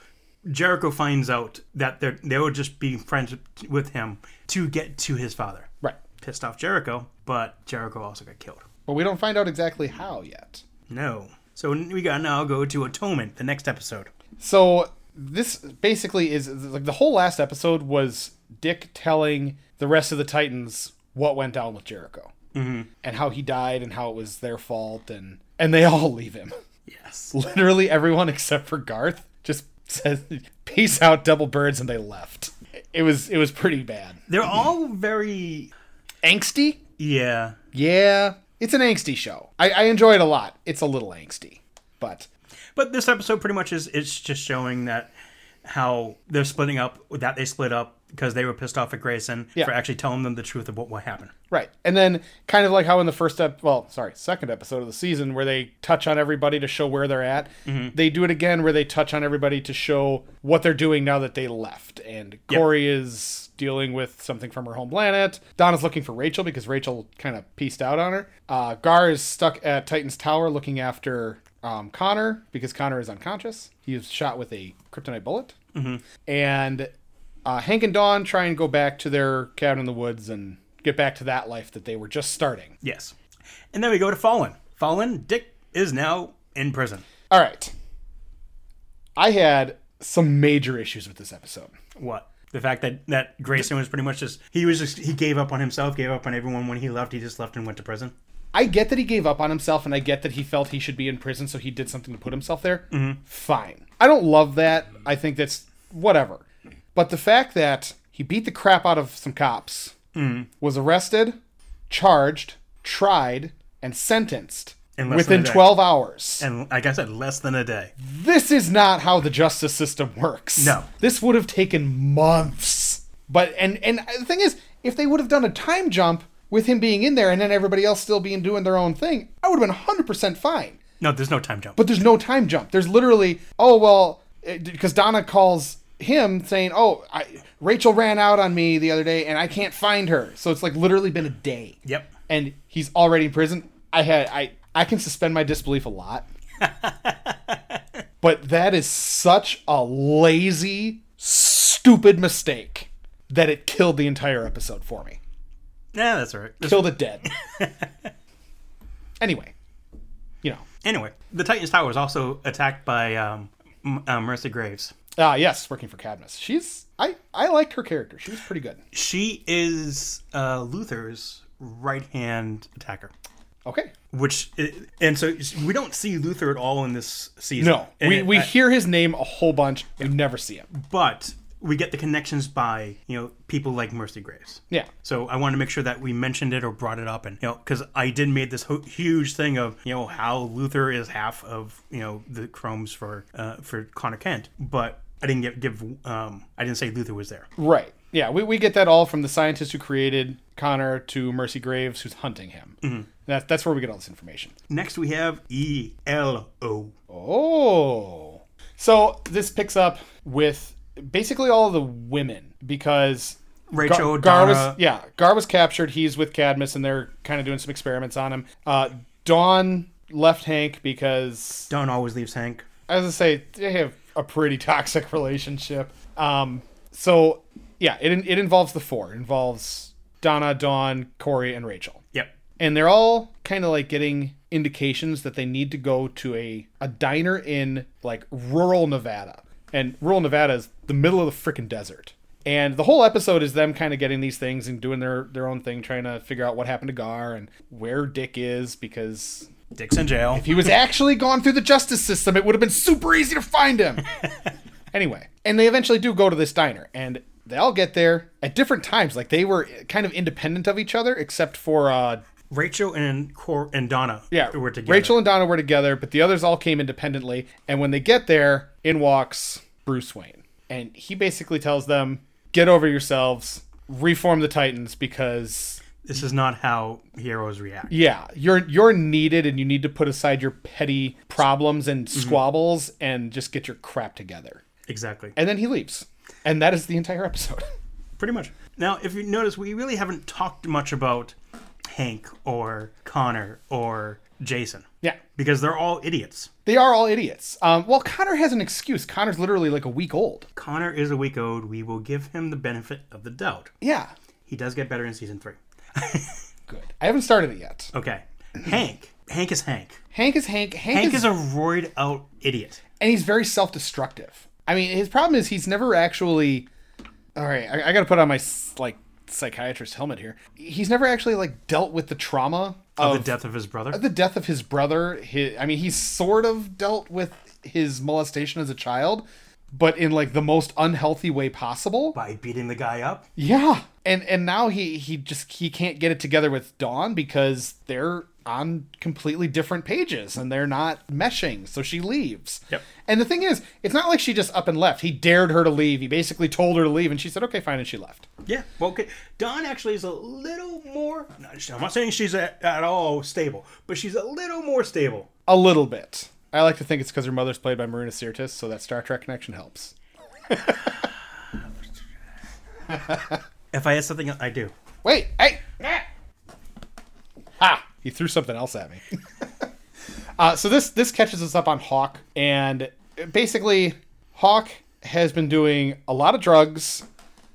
Speaker 1: Jericho finds out that they they were just being friends with him to get to his father.
Speaker 2: Right.
Speaker 1: Pissed off Jericho, but Jericho also got killed.
Speaker 2: But we don't find out exactly how yet.
Speaker 1: No. So we gotta now go to Atonement, the next episode.
Speaker 2: So this basically is like the whole last episode was Dick telling the rest of the Titans what went down with Jericho mm-hmm. and how he died and how it was their fault and and they all leave him.
Speaker 1: Yes.
Speaker 2: Literally everyone except for Garth just says peace out double birds and they left. It was it was pretty bad.
Speaker 1: They're all very
Speaker 2: Angsty?
Speaker 1: yeah.
Speaker 2: Yeah, it's an angsty show. I, I enjoy it a lot. It's a little angsty, but
Speaker 1: But this episode pretty much is it's just showing that how they're splitting up that they split up because they were pissed off at Grayson
Speaker 2: Yeah.
Speaker 1: for actually telling them the truth of what what happened.
Speaker 2: right. And then kind of like how in the first ep- well, sorry, second episode of the season where they touch on everybody to show where they're at. They do it again where they touch on everybody to show what they're doing now that they left. And Corey is dealing with something from her home planet. Donna's looking for Rachel because Rachel kind of pieced out on her. Uh, Gar is stuck at Titan's Tower looking after um, Connor because Connor is unconscious. He was shot with a kryptonite bullet. And uh, Hank and Dawn try and go back to their cabin in the woods and get back to that life that they were just starting.
Speaker 1: Yes. And then we go to Fallen. Fallen, Dick is now in prison.
Speaker 2: All right. I had some major issues with this episode.
Speaker 1: What? The fact that that Grayson was pretty much just he was just he gave up on himself, gave up on everyone when he left, he just left and went to prison.
Speaker 2: I get that he gave up on himself and I get that he felt he should be in prison, so he did something to put himself there.
Speaker 1: Mm-hmm.
Speaker 2: Fine. I don't love that. I think that's whatever. But the fact that he beat the crap out of some cops,
Speaker 1: Mm-hmm.
Speaker 2: was arrested, charged, tried, and sentenced
Speaker 1: In less than
Speaker 2: within
Speaker 1: a day.
Speaker 2: 12 hours.
Speaker 1: And like I said, less than a day.
Speaker 2: this is not how the justice system works.
Speaker 1: No.
Speaker 2: This would have taken months. But and and the thing is, if they would have done a time jump with him being in there and then everybody else still being doing their own thing, I would have been 100% fine.
Speaker 1: No, there's no time jump.
Speaker 2: But there's no time jump. There's literally, oh well, because Donna calls him saying, "Oh, I, Rachel ran out on me the other day and I can't find her." So it's like literally been a day.
Speaker 1: Yep.
Speaker 2: And he's already in prison. I had I I can suspend my disbelief a lot. but that is such a lazy, stupid mistake that it killed the entire episode for me.
Speaker 1: Yeah, that's all right. That's-
Speaker 2: Killed it dead. anyway, you know.
Speaker 1: Anyway, the Titan's Tower was also attacked by um, M- uh, Mercy Graves.
Speaker 2: Ah, yes, working for Cadmus. She's I I liked her character. She was pretty good.
Speaker 1: She is uh, Luther's right hand attacker.
Speaker 2: Okay.
Speaker 1: Which and so we don't see Luther at all in this season.
Speaker 2: No, we,
Speaker 1: And-
Speaker 2: we
Speaker 1: uh,
Speaker 2: hear his name a whole bunch. We never see him.
Speaker 1: but we get the connections by you know people like Mercy Graves.
Speaker 2: Yeah.
Speaker 1: So I wanted to make sure that we mentioned it or brought it up, and you know, because I did made this ho- huge thing of you know how Luther is half of you know the chromes for uh, for Connor Kent, but I didn't get, give um I didn't say Luther was there.
Speaker 2: Right. Yeah, we, we get that all from the scientist who created Connor to Mercy Graves, who's hunting him. Mm-hmm. That, that's where we get all this information.
Speaker 1: Next we have E L O.
Speaker 2: Oh. So this picks up with basically all the women because
Speaker 1: Rachel, Donna-
Speaker 2: was yeah, Gar was captured. He's with Cadmus, and they're kind of doing some experiments on him. Uh, Dawn left Hank because,
Speaker 1: Don always leaves Hank.
Speaker 2: as I say, they have a pretty toxic relationship. Um, so yeah, it in- it involves the four. It involves Donna, Dawn, Corey, and Rachel.
Speaker 1: Yep.
Speaker 2: And they're all kind of like getting indications that they need to go to a, a diner in like rural Nevada. And rural Nevada is the middle of the freaking desert. And the whole episode is them kind of getting these things and doing their, their own thing, trying to figure out what happened to Gar and where Dick is because
Speaker 1: Dick's in jail.
Speaker 2: if he was actually gone through the justice system, it would have been super easy to find him. anyway, and they eventually do go to this diner, and they all get there at different times. Like they were kind of independent of each other, except for uh,
Speaker 1: Rachel and Cor- and Donna
Speaker 2: yeah,
Speaker 1: were together.
Speaker 2: Rachel and Donna were together, but the others all came independently. And when they get there, in walks Bruce Wayne, and he basically tells them, "Get over yourselves, reform the Titans, because."
Speaker 1: This is not how heroes react.
Speaker 2: Yeah, you're you're needed and you need to put aside your petty problems and
Speaker 1: Mm-hmm.
Speaker 2: squabbles and just get your crap together.
Speaker 1: Exactly.
Speaker 2: And then he leaves. And that is the entire episode.
Speaker 1: Pretty much. Now, if you notice, we really haven't talked much about Hank or Connor or Jason.
Speaker 2: yeah.
Speaker 1: Because they're all idiots.
Speaker 2: They are all idiots. Um, well, Connor has an excuse. Connor's literally like a week old.
Speaker 1: Connor is a weak ode. We will give him the benefit of the doubt.
Speaker 2: Yeah.
Speaker 1: He does get better in season three.
Speaker 2: Good. I haven't started it yet.
Speaker 1: Okay. Hank. Hank is Hank.
Speaker 2: Hank is Hank. Hank,
Speaker 1: Hank
Speaker 2: is,
Speaker 1: is a roid out idiot.
Speaker 2: and he's very self-destructive. I mean, his problem is he's never actually. All right, I, I got to put on my s- like psychiatrist helmet here. He's never actually like dealt with the trauma
Speaker 1: Of,
Speaker 2: of,
Speaker 1: the death of his brother.
Speaker 2: the death of his brother his, i mean he sort of dealt with his molestation as a child but in like the most unhealthy way possible
Speaker 1: by beating the guy up.
Speaker 2: yeah and and now he he just he can't get it together with dawn because they're on completely different pages and they're not meshing so she leaves
Speaker 1: Yep.
Speaker 2: and the thing is it's not like she just up and left he dared her to leave he basically told her to leave and she said okay fine and she left
Speaker 1: Yeah. Well, okay. Dawn actually is a little more. no, I'm not saying she's at, at all stable, but she's a little more stable.
Speaker 2: a little bit i like to think it's because her mother's played by marina sirtis so that star trek connection helps
Speaker 1: If I had something, else, I do.
Speaker 2: Wait, hey! Ah! He threw something else at me. uh, so this this catches us up on Hawk, and basically, Hawk has been doing a lot of drugs,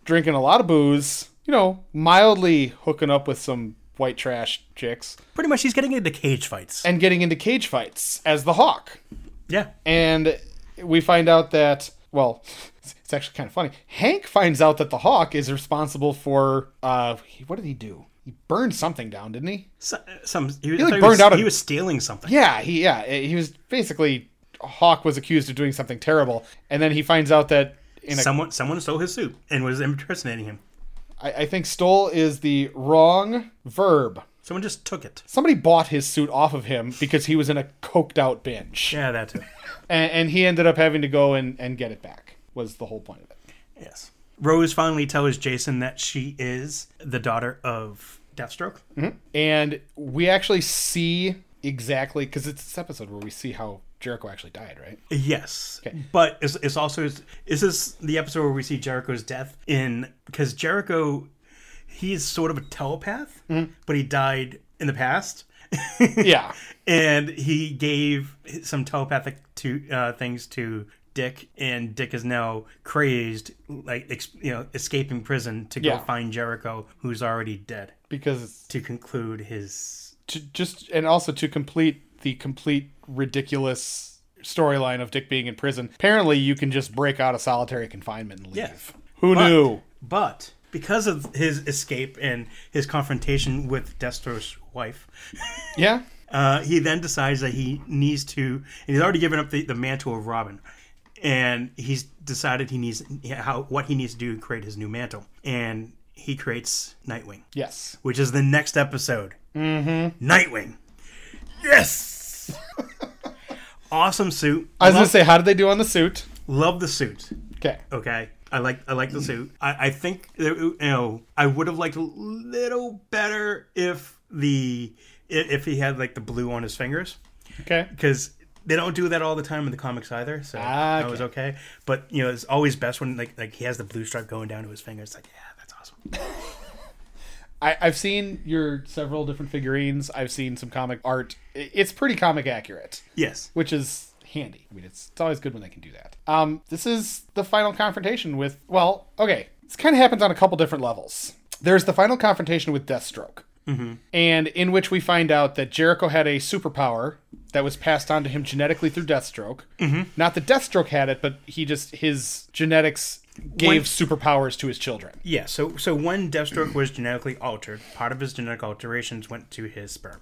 Speaker 2: drinking a lot of booze, you know, mildly hooking up with some white trash chicks,
Speaker 1: Pretty much, she's getting into cage fights.
Speaker 2: and getting into cage fights as the Hawk.
Speaker 1: yeah.
Speaker 2: And we find out that, well, it's it's actually kind of funny. Hank finds out that the Hawk is responsible for, uh, he- what did he do? He burned something down, didn't he?
Speaker 1: So, some he, was-
Speaker 2: like,
Speaker 1: I thought he
Speaker 2: burned
Speaker 1: was,
Speaker 2: out a-
Speaker 1: He was stealing something.
Speaker 2: Yeah, he, yeah, eh, he was basically, Hawk was accused of doing something terrible. And then he finds out that, in a,
Speaker 1: Someone someone stole his suit and was impersonating him.
Speaker 2: I, I think stole is the wrong verb.
Speaker 1: Someone just took it.
Speaker 2: Somebody bought his suit off of him because he was in a coked out binge.
Speaker 1: Yeah, that too.
Speaker 2: And, and he ended up having to go and, and get it back, was the whole point of it.
Speaker 1: yes. Rose finally tells Jason that she is the daughter of Deathstroke.
Speaker 2: and we actually see exactly because it's this episode where we see how Jericho actually died, right?
Speaker 1: Yes, but it's, it's also is, is this the episode where we see Jericho's death in because Jericho, he's sort of a telepath, but he died in the past.
Speaker 2: Mm-hmm. Yeah,
Speaker 1: and he gave some telepathic to uh, things to Dick, and Dick is now crazed, like ex- you know, escaping prison to go
Speaker 2: Yeah.
Speaker 1: find Jericho, who's already dead.
Speaker 2: because it's
Speaker 1: To conclude his
Speaker 2: to just and also to complete the complete ridiculous storyline of Dick being in prison. Apparently, you can just break out of solitary confinement and leave.
Speaker 1: Yeah.
Speaker 2: Who
Speaker 1: But-
Speaker 2: knew?
Speaker 1: But because of his escape and his confrontation with Destro's wife,
Speaker 2: Yeah,
Speaker 1: uh, he then decides that he needs to, and he's already given up the, the mantle of Robin, and he's decided he needs how what he needs to do to create his new mantle, and he creates Nightwing,
Speaker 2: yes.
Speaker 1: which is the next episode. Mm-hmm. Nightwing, yes, awesome suit.
Speaker 2: I was gonna
Speaker 1: love,
Speaker 2: say, how did they do on the suit?
Speaker 1: love the suit.
Speaker 2: Okay.
Speaker 1: Okay. I like I like the suit. I, I think that, you know I would have liked a little better if the i- if he had like the blue on his fingers
Speaker 2: Okay.
Speaker 1: because they don't do that all the time in the comics either. So that was Ah, okay. But you know it's always best when like like he has the blue stripe going down to his fingers. Like yeah, that's awesome.
Speaker 2: I, I've seen your several different figurines. I've seen some comic art. I- It's pretty comic accurate.
Speaker 1: Yes.
Speaker 2: which is handy. I mean, it's, it's always good when they can do that. Um, this is the final confrontation with, well, okay, this kind of happens on a couple different levels. there's the final confrontation with Deathstroke, and in which we find out that Jericho had a superpower that was passed on to him genetically through Deathstroke. Not that Deathstroke had it, but he just his genetics gave
Speaker 1: When-
Speaker 2: superpowers to his children.
Speaker 1: Yeah, so so when Deathstroke was genetically altered, part of his genetic alterations went to his sperm.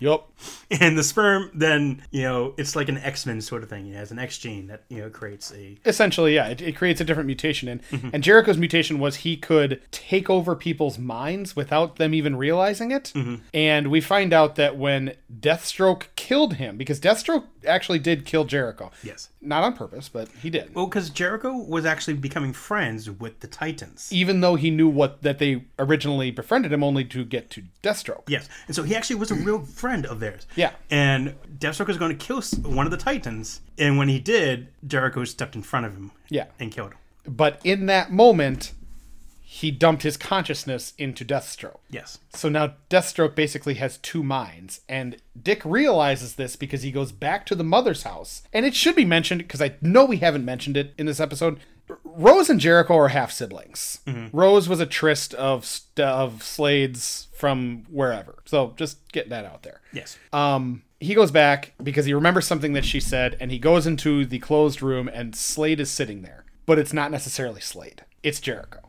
Speaker 2: Yup.
Speaker 1: And the sperm then, you know, it's like an X-Men sort of thing. It has an X gene that, you know, creates a
Speaker 2: Essentially, yeah, it, it creates a different mutation, and
Speaker 1: Mm-hmm.
Speaker 2: and Jericho's mutation was he could take over people's minds without them even realizing it.
Speaker 1: Mm-hmm.
Speaker 2: And we find out that when Deathstroke killed him, because Deathstroke actually did kill Jericho,
Speaker 1: Yes.
Speaker 2: not on purpose, but he did.
Speaker 1: Well, because Oh, Jericho was actually becoming friends with the Titans.
Speaker 2: even though he knew what that they originally befriended him only to get to Deathstroke.
Speaker 1: Yes, and so he actually was a real friend of theirs.
Speaker 2: Yeah.
Speaker 1: And Deathstroke was going to kill s- one of the Titans, and when he did, Jericho stepped in front of him.
Speaker 2: Yeah.
Speaker 1: And killed him.
Speaker 2: But in that moment, he dumped his consciousness into Deathstroke.
Speaker 1: Yes.
Speaker 2: So now Deathstroke basically has two minds, and Dick realizes this because he goes back to the mother's house. And it should be mentioned because I know we haven't mentioned it in this episode. Rose and Jericho are half siblings. Rose was a tryst of st- of Slade's from wherever. So just getting that out there.
Speaker 1: Yes.
Speaker 2: Um, he goes back because he remembers something that she said, and he goes into the closed room, and Slade is sitting there. But it's not necessarily Slade; it's Jericho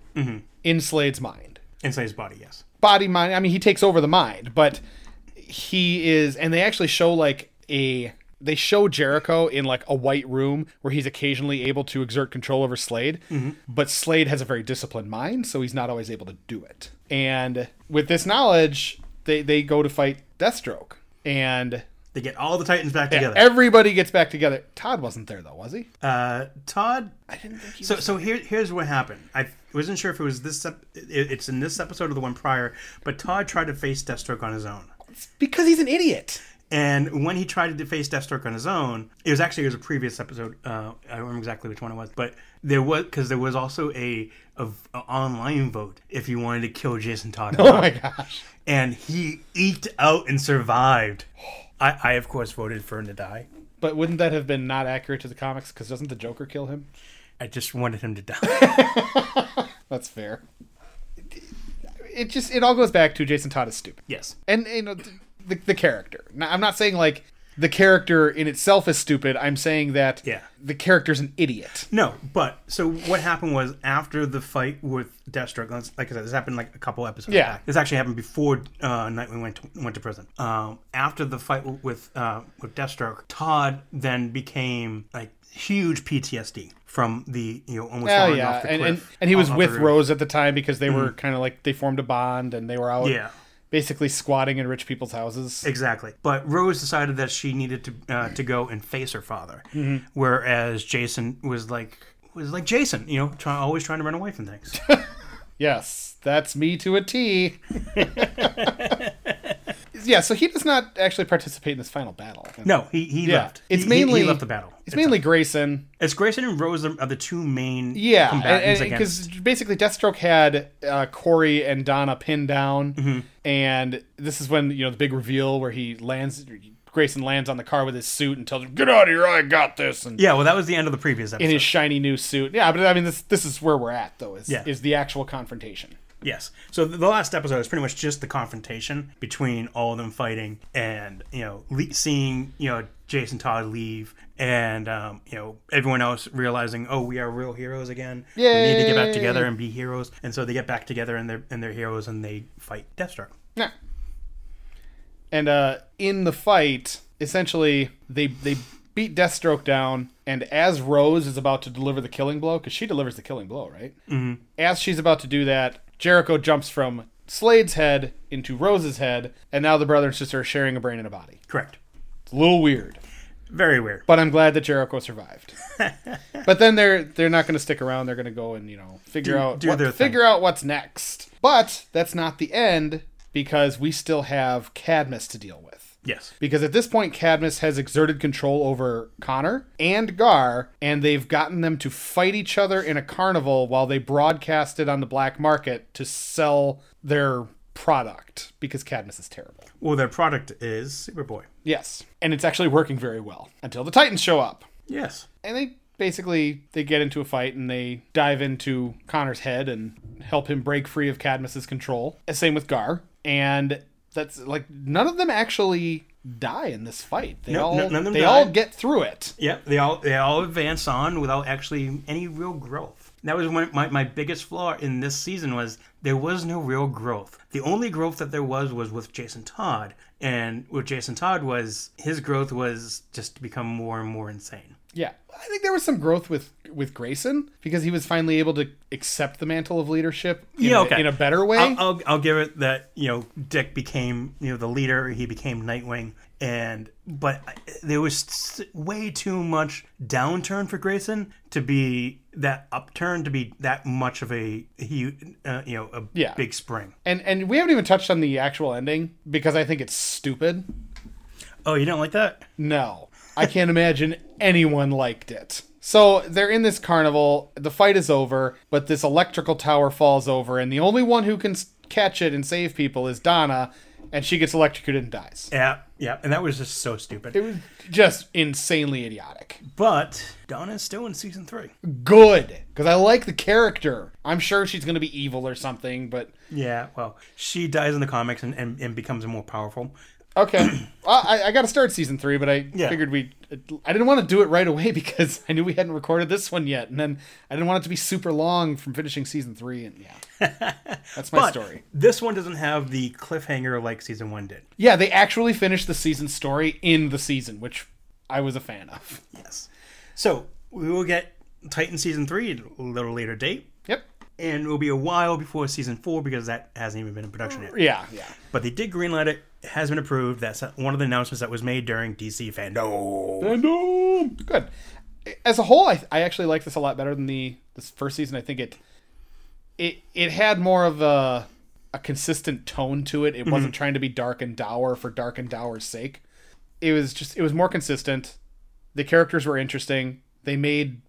Speaker 2: in Slade's mind,
Speaker 1: Inside his body. Yes.
Speaker 2: body mind. I mean, he takes over the mind, but he is, and they actually show like a they show Jericho in like a white room where he's occasionally able to exert control over Slade, but Slade has a very disciplined mind, so he's not always able to do it. And with this knowledge, they they go to fight Deathstroke. And
Speaker 1: They get all the Titans back together.
Speaker 2: Everybody gets back together. Todd wasn't there though, was he?
Speaker 1: uh, Todd.
Speaker 2: I didn't think he
Speaker 1: So so here here's what happened. I wasn't sure if it was this. Ep- it, it's in this episode or the one prior. But Todd tried to face Deathstroke on his own.
Speaker 2: because he's an idiot.
Speaker 1: And when he tried to face Deathstroke on his own, it was actually it was a previous episode. Uh, I don't remember exactly which one it was, but there was because there was also a, a, a online vote if you wanted to kill Jason Todd, or
Speaker 2: Oh
Speaker 1: not.
Speaker 2: my gosh.
Speaker 1: and he eked out and survived. I, I of course voted for him to die.
Speaker 2: But wouldn't that have been not accurate to the comics? Because doesn't the Joker kill him?
Speaker 1: I just wanted him to die.
Speaker 2: That's fair. It just it all goes back to Jason Todd is stupid,
Speaker 1: yes,
Speaker 2: and you know th- the, the character. Now, I'm not saying like the character in itself is stupid. I'm saying that
Speaker 1: Yeah.
Speaker 2: the character's an idiot.
Speaker 1: No, but so what happened was after the fight with Deathstroke, let's- like I said, this happened like a couple episodes.
Speaker 2: Yeah.
Speaker 1: back. this actually happened before uh, Nightwing went to, went to prison. Um, after the fight w- with uh, with Deathstroke, Todd then became like huge PTSD from the you know almost
Speaker 2: Oh
Speaker 1: falling
Speaker 2: yeah,
Speaker 1: off the
Speaker 2: and, and
Speaker 1: cliff,
Speaker 2: and he was
Speaker 1: off the
Speaker 2: with
Speaker 1: roof. Mm.
Speaker 2: Rose at the time because they were kind of like they formed a bond and they were out,
Speaker 1: Yeah.
Speaker 2: basically squatting in rich people's houses.
Speaker 1: Exactly, but Rose decided that she needed to uh, to go and face her father,
Speaker 2: Mm-hmm.
Speaker 1: whereas Jason was like was like Jason, you know, try, always trying to run away from things.
Speaker 2: Yes, that's me to a T. yeah, so he does not actually participate in this final battle.
Speaker 1: No, he, he
Speaker 2: Yeah.
Speaker 1: left.
Speaker 2: It's
Speaker 1: He- he-
Speaker 2: mainly
Speaker 1: he left the battle.
Speaker 2: It's mainly Grayson.
Speaker 1: It's Grayson and Rose are are the two main
Speaker 2: Yeah,
Speaker 1: combatants against.
Speaker 2: because basically Deathstroke had uh, Corey and Donna pinned down,
Speaker 1: Mm-hmm.
Speaker 2: and this is when you know the big reveal where he lands. Grayson lands on the car with his suit and tells him, "Get out of here! I got this." And
Speaker 1: Yeah, well, that was the end of the previous episode.
Speaker 2: in his shiny new suit. Yeah, but I mean, this this is where we're at though. Is
Speaker 1: Yeah.
Speaker 2: is the actual confrontation?
Speaker 1: yes. So the the last episode is pretty much just the confrontation between all of them fighting and, you know, le- seeing, you know, Jason Todd leave and, um, you know, everyone else realizing, oh, we are real heroes again. We need to get
Speaker 2: Yay.
Speaker 1: back together and be heroes. And so they get back together and they're, and they're heroes and they fight Deathstroke.
Speaker 2: Yeah. And uh, in the fight, essentially, they they beat Deathstroke down, and as Rose is about to deliver the killing blow, because she delivers the killing blow, right? Mm-hmm. As she's about to do that, Jericho jumps from Slade's head into Rose's head, and now the brother and sister are sharing a brain and a body.
Speaker 1: Correct.
Speaker 2: It's a little weird,
Speaker 1: Very weird.
Speaker 2: but I'm glad that Jericho survived. but then they're they're not going to stick around. They're going to go and you know figure out
Speaker 1: do
Speaker 2: what,
Speaker 1: their
Speaker 2: figure out what's next. But that's not the end because we still have Cadmus to deal with.
Speaker 1: Yes.
Speaker 2: Because at this point, Cadmus has exerted control over Connor and Gar, and they've gotten them to fight each other in a carnival while they broadcast it on the black market to sell their product because Cadmus is terrible.
Speaker 1: Well, their product is Superboy.
Speaker 2: Yes. And it's actually working very well until the Titans show up.
Speaker 1: Yes.
Speaker 2: And they basically they get into a fight and they dive into Connor's head and help him break free of Cadmus's control. Uh, Same with Gar, and that's like none of them actually die in this fight. They
Speaker 1: No,
Speaker 2: all
Speaker 1: no- none of them
Speaker 2: they
Speaker 1: die.
Speaker 2: all get through it.
Speaker 1: Yep, they all they all advance on without actually any real growth. That was one my, my biggest flaw in this season was there was no real growth. The only growth that there was was with Jason Todd, and with Jason Todd was his growth was just to become more and more insane.
Speaker 2: Yeah, I think there was some growth with with Grayson because he was finally able to accept the mantle of leadership. In,
Speaker 1: Yeah,
Speaker 2: a-
Speaker 1: okay.
Speaker 2: in a better way.
Speaker 1: I'll, I'll I'll give it that you know Dick became you know the leader. He became Nightwing, and but I- there was s- way too much downturn for Grayson to be that upturn to be that much of a he uh, you know a
Speaker 2: Yeah.
Speaker 1: big spring.
Speaker 2: and and we haven't even touched on the actual ending because I think it's stupid.
Speaker 1: Oh, you don't like that?
Speaker 2: No, I can't imagine anyone liked it. So they're in this carnival. The fight is over, but this electrical tower falls over, and the only one who can s- catch it and save people is Donna, and she gets electrocuted and dies.
Speaker 1: Yeah, yeah, and that was just so stupid.
Speaker 2: It was just insanely idiotic.
Speaker 1: but Donna's still in season three.
Speaker 2: Good, because I like the character. I'm sure she's going to be evil or something, but
Speaker 1: Yeah, well, she dies in the comics and, and, and becomes more powerful.
Speaker 2: Okay, I, I got to start season three, but I
Speaker 1: Yeah.
Speaker 2: figured we. I didn't want to do it right away because I knew we hadn't recorded this one yet, and then I didn't want it to be super long from finishing season three. And yeah, that's my
Speaker 1: But
Speaker 2: story.
Speaker 1: this one doesn't have the cliffhanger like season one did.
Speaker 2: Yeah, they actually finished the season story in the season, which I was a fan of.
Speaker 1: Yes. So we will get Titan season three at a little later date,
Speaker 2: Yep.
Speaker 1: and it'll be a while before season four because that hasn't even been in production yet.
Speaker 2: Yeah. Yeah.
Speaker 1: But they did greenlight it. It Has been approved. That's one of the announcements that was made during DC fandom.
Speaker 2: And um, good. As a whole, I, I actually like this a lot better than the this first season. I think it it it had more of a a consistent tone to it. It wasn't trying to be dark and dour for dark and dour's sake. It was just it was more consistent. The characters were interesting. They made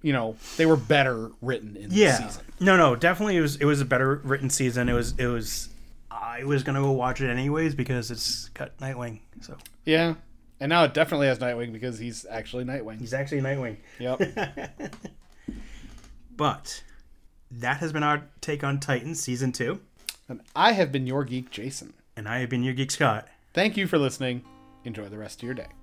Speaker 2: you know they were better written in
Speaker 1: Yeah.
Speaker 2: this season.
Speaker 1: No, no, definitely it was it was a better written season. It was it was I was gonna go watch it anyways because it's got Nightwing. So
Speaker 2: Yeah. And now it definitely has Nightwing because he's actually Nightwing.
Speaker 1: he's actually Nightwing.
Speaker 2: Yep.
Speaker 1: But that has been our take on Titan season two.
Speaker 2: and I have been your geek, Jason.
Speaker 1: And I have been your Geek Scott.
Speaker 2: Thank you for listening. Enjoy the rest of your day.